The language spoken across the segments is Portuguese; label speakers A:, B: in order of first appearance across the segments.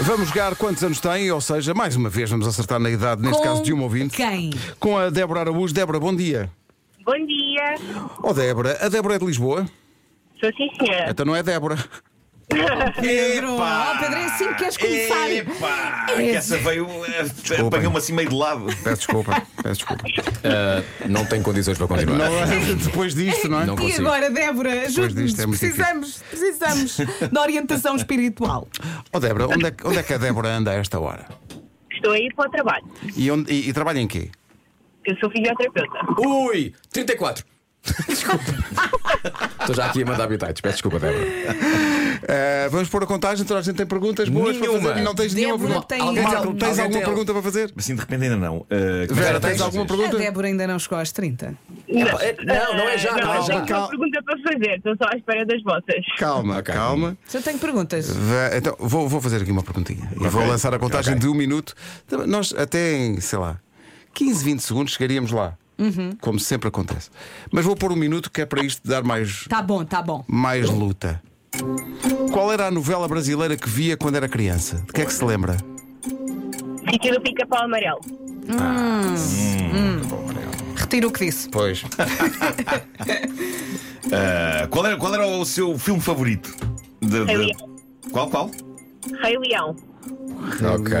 A: Vamos jogar quantos anos tem, ou seja, mais uma vez vamos acertar na idade, neste
B: Com
A: caso de um ouvinte.
B: Quem?
A: Com a Débora Araújo. Débora, bom dia.
C: Bom dia.
A: Oh, Débora, a Débora é de Lisboa?
C: Sou sim, senhora.
A: Então não é Débora.
B: Pedro. Oh, Pedro, é assim que queres começar.
D: Epá! É que essa veio. eh, Apanhou-me assim meio de lado.
A: Peço desculpa, peço desculpa.
E: Não tenho condições para continuar.
A: Não, é. depois disto, não é?
E: Não.
B: e
E: consigo.
B: agora, Débora, ajude-nos.
A: disto é muito
B: precisamos, precisamos da orientação espiritual.
A: Oh, Débora, onde é, que- onde é que a Débora anda a esta hora?
E: Então-
C: Estou a ir para o trabalho.
A: E, onde- e- e trabalha em quê?
C: Eu sou fisioterapeuta.
E: Ui! 34! desculpa. Estou já aqui a mandar habitantes. Peço desculpa, Débora.
A: Eh, vamos pôr a contagem, toda a gente tem perguntas boas para
E: Nenhuma.
A: fazer. Não tens nenhuma
B: Débora
A: pergunta.
B: tem-
A: Marco,
E: Alguém
A: tens
E: tem-
A: alguma
E: alguém tem-
A: pergunta para fazer?
D: Assim de repente ainda não. Eh, como é
A: Vera,
D: que
A: tens
D: vocês?
A: alguma
B: A
A: pergunta?
B: Débora ainda não chegou aos 30.
E: Epá, eh, não, não é já,
C: Ah,
E: não é
C: não,
E: já.
C: tenho uma pergunta para fazer. Estou só à espera das vossas.
A: Calma,
E: Ok.
A: calma.
B: Já tenho perguntas.
A: Ve- Então, vou, vou fazer aqui uma perguntinha e vou lançar a contagem de um minuto. Também Nós até em, sei lá, 15, 20 segundos chegaríamos lá,
B: Uhum.
A: como sempre acontece. Mas vou pôr um minuto que é para isto dar mais,
B: Tá bom, tá bom.
A: mais luta. Qual era a novela brasileira que via quando era criança? De que é que se lembra?
C: Sítio do pica-pau amarelo.
B: Retiro o que disse.
A: Pois.
D: Eh, qual, era, qual era o seu filme favorito? De- de-
C: Rei
D: Qual, qual?
C: Rei Leão.
E: Ok.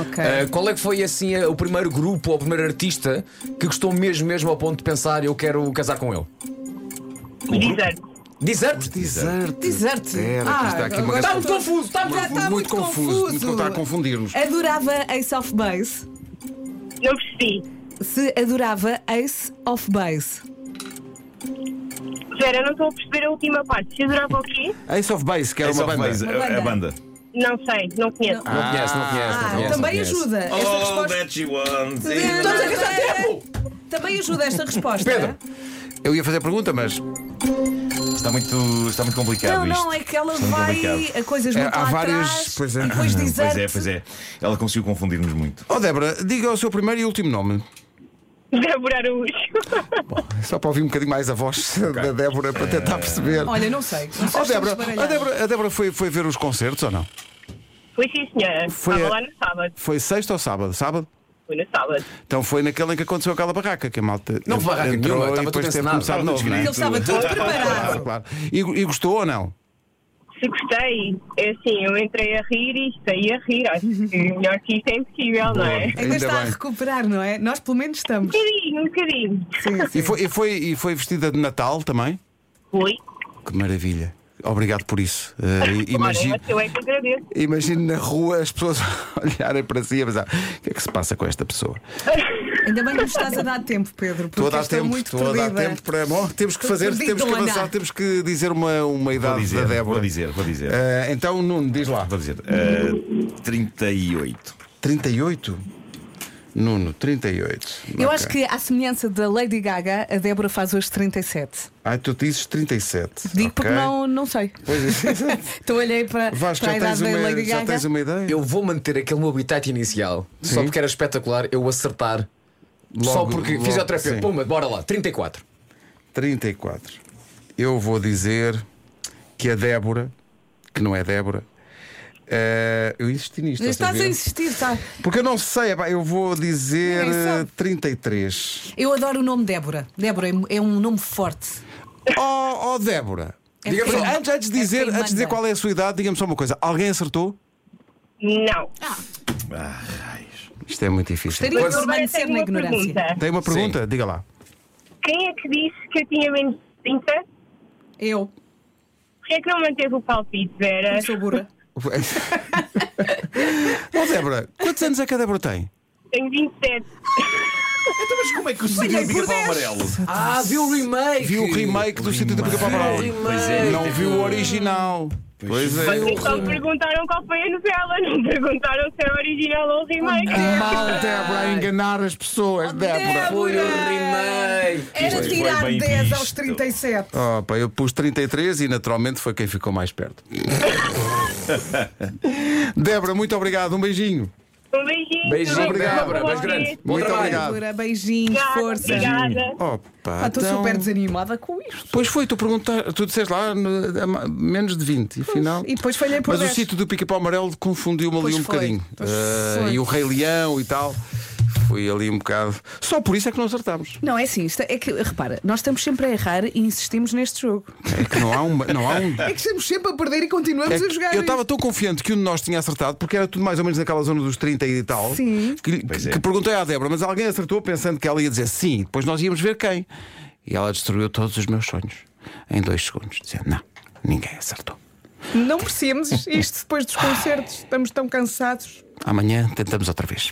B: Ok.
E: Ah, qual é que foi assim a- o primeiro grupo ou o primeiro artista que gostou mesmo, mesmo ao ponto de pensar eu quero casar com ele? Uhum.
C: Dizer.
E: Desert?
B: Deserte.
A: Era, aqui está aqui uma
B: Ah, está
A: grande-
B: muito confuso. Está, já está muito confuso.
A: muito está a confundir-nos.
B: Adorava Ace of Base.
C: Não percebi.
B: Se adorava Ace of Base.
C: Vera, não estou a perceber a última parte. Se adorava o quê?
A: Ace of Base, que era
D: Ace
A: uma
D: of
A: banda.
D: Base,
B: Uma
D: a- a,
B: banda.
D: banda.
C: Não sei, não conheço.
E: Não conhece, não conhece. não
B: Ah,
E: conhece, não
B: também
E: conhece.
B: ajuda. Esta
D: Oh,
B: resposta.
D: that she wants.
B: Estamos a gastar tempo! Também ajuda esta resposta.
E: Pedro.
A: Eu ia fazer a pergunta, mas
D: Está muito, está muito complicado
B: Não,
D: isto.
B: não, é que ela
D: Está muito
B: vai
D: complicado.
B: a coisas
A: É,
B: muito
A: há
B: lá
A: várias-
B: atrás
A: pois é.
B: e depois
D: Pois
B: deserte.
D: é, pois é. Ela conseguiu confundir-nos muito.
A: Oh Débora, diga o seu primeiro e último nome.
C: Débora Araújo.
A: Só para ouvir um bocadinho mais a voz da Débora para
E: É.
A: tentar perceber.
B: Olha, não sei. Não sei
A: Oh,
B: se
A: Débora,
B: estamos
A: a Débora, a Débora foi, foi ver os concertos ou não?
C: Foi sim, senhora.
A: Foi
C: Estava
A: a-
C: lá no sábado.
A: Foi sexta ou sábado? Sábado?
C: Foi no sábado.
A: Então foi naquele em que aconteceu aquela barraca que a malta.
E: Não
A: en-
E: houve barraca
A: entrou
E: nenhuma,
A: e
E: estava
A: depois
E: tudo
A: teve
E: encenado,
A: começado
E: estava
A: de novo,
E: tudo
A: não é?
B: Ele estava todo preparado.
A: Claro, claro. E, e gostou ou não?
C: Se gostei, é assim, eu entrei a rir e saí a rir. Acho que melhor que isto é impossível, não é?
B: Ainda
A: Ainda
B: está a
A: bem.
B: recuperar, não é? Nós pelo menos estamos.
C: Um bocadinho, um bocadinho.
B: Sim,
A: E
B: sim.
A: foi, e, foi, e foi vestida de Natal também?
C: Fui.
A: Que maravilha. Obrigado por isso. Eh, imagino,
C: Olha, eu é que agradeço.
A: imagino na rua as pessoas olharem para si e pensar: o que é que se passa com esta pessoa?
B: Ainda bem que nos estás a dar tempo, Pedro, porque
A: Estou a
B: eu
A: dar
B: estou
A: tempo,
B: muito
A: estou a
B: perdida.
A: dar tempo para. Bom, temos que
B: Estou
A: fazer,
B: perdida,
A: temos que
B: estou a andar.
A: avançar, temos que dizer uma, uma idade
D: Vou
A: da
D: dizer,
A: Débora.
D: vou dizer, vou dizer.
A: Eh, então, Nuno, diz lá.
D: Vou dizer. eh, 38.
A: 38? Nuno, 38.
B: Eu
A: Ok.
B: acho que, à semelhança da Lady Gaga, a Débora faz hoje 37.
A: Ai, tu dizes 37.
B: Digo
A: ok.
B: porque não, não sei.
A: Pois é.
B: Então olhei para,
A: Vasco,
B: para a
A: já tens,
B: idade da
A: uma,
B: Lady
A: já
B: Gaga.
A: tens uma ideia?
E: Eu vou manter aquele meu habitat inicial, só
A: Sim.
E: porque era espetacular eu acertar. só
A: Logo-
E: porque
A: logo,
E: fisioterapeuta.
A: sim.
E: Pumba, bora lá, 34.
A: 34. Eu vou dizer que a Débora, que não é Débora, eh, eu insisti nisto.
B: Estás a
A: saber?
B: insistir, tá? está.
A: Porque eu não sei, epá, eu vou dizer
B: Ninguém sabe.
A: eh, 33.
B: Eu adoro o nome Débora. Débora é- é um nome forte.
A: Oh, oh Débora.
B: É
A: diga-me
B: quem-
A: só, antes, antes de
B: é
A: dizer,
B: quem
A: antes de dizer
B: manda.
A: qual é a sua idade, diga-me só uma coisa: alguém acertou?
C: Não.
D: Ah, raios.
A: Isto é muito difícil.
B: Gostaria de
C: Agora
B: permanecer
C: tenho
B: na
C: uma
B: ignorância.
C: pergunta.
A: Tem uma pergunta? Diga lá.
C: Quem é que disse que eu tinha menos de 30?
B: Eu,
C: Porquê é que não manteve o palpite, Vera?
B: eu sou burra.
A: oh, Débora, quantos anos é que a Débora tem?
C: Tenho 27.
D: Então, mas como é que o sítio
B: Olhei
D: fica
B: por
D: para o
B: 10.
D: amarelo?
E: Ah, viu o remake!
A: Viu o remake do sítio do Pica-Pau Amarelo?
D: Pois é,
A: Não
D: teve-
A: viu
B: um-
A: o original. Pois é.
E: Veio-
C: Vocês só me perguntaram qual foi a novela, não perguntaram se é original ou remake.
A: Mal, Ah, Débora, a enganar as
B: Oh,
A: pessoas, Débora.
E: Foi o remake!
B: Era
D: Foi
B: tirar
D: bem
B: 10
D: visto.
B: aos 37.
A: Oh, pá, eu pus 33 e naturalmente foi quem ficou mais perto. Débora, muito obrigado. Um beijinho.
C: Um beijinho. beijinho.
E: Beijinho,
A: Obrigado.
E: Débora.
A: Bom
E: Beijo grande.
C: dia.
E: Bom
A: Muito
E: trabalho.
A: obrigado.
B: Débora, beijinhos,
C: Obrigada,
B: força.
C: obrigada.
A: Opa,
B: Ah, Estou
A: então-
B: super desanimada com isto.
A: Pois foi, tu perguntaste, tu disseste lá n- a ma- menos de 20 e afinal.
B: E depois falhei por
A: Mas o
B: 10.
A: sítio do pica-pau amarelo confundiu-me ali
B: Pois
A: um
B: foi,
A: bocadinho.
B: pois
A: Ah,
B: foi.
A: e o Rei Leão e tal. Foi ali um bocado. Só por isso é que não acertámos.
B: Não, é assim, isto é que, repara, nós estamos sempre a errar e insistimos neste jogo.
A: É que não há, uma, não há um.
B: É que estamos sempre a perder e
A: É
B: continuamos
A: que
B: a jogar.
A: eu estava tão confiante que um de nós tinha acertado, porque era tudo mais ou menos naquela zona dos 30 e tal.
B: Sim.
A: Que, lhe-
D: Pois é.
A: que perguntei à Débora, mas alguém acertou pensando que ela ia dizer sim, depois nós íamos ver quem. E ela destruiu todos os meus sonhos em dois segundos, dizendo: não, ninguém acertou.
B: Não merecemos isto depois dos concertos, estamos tão cansados.
A: Amanhã tentamos outra vez.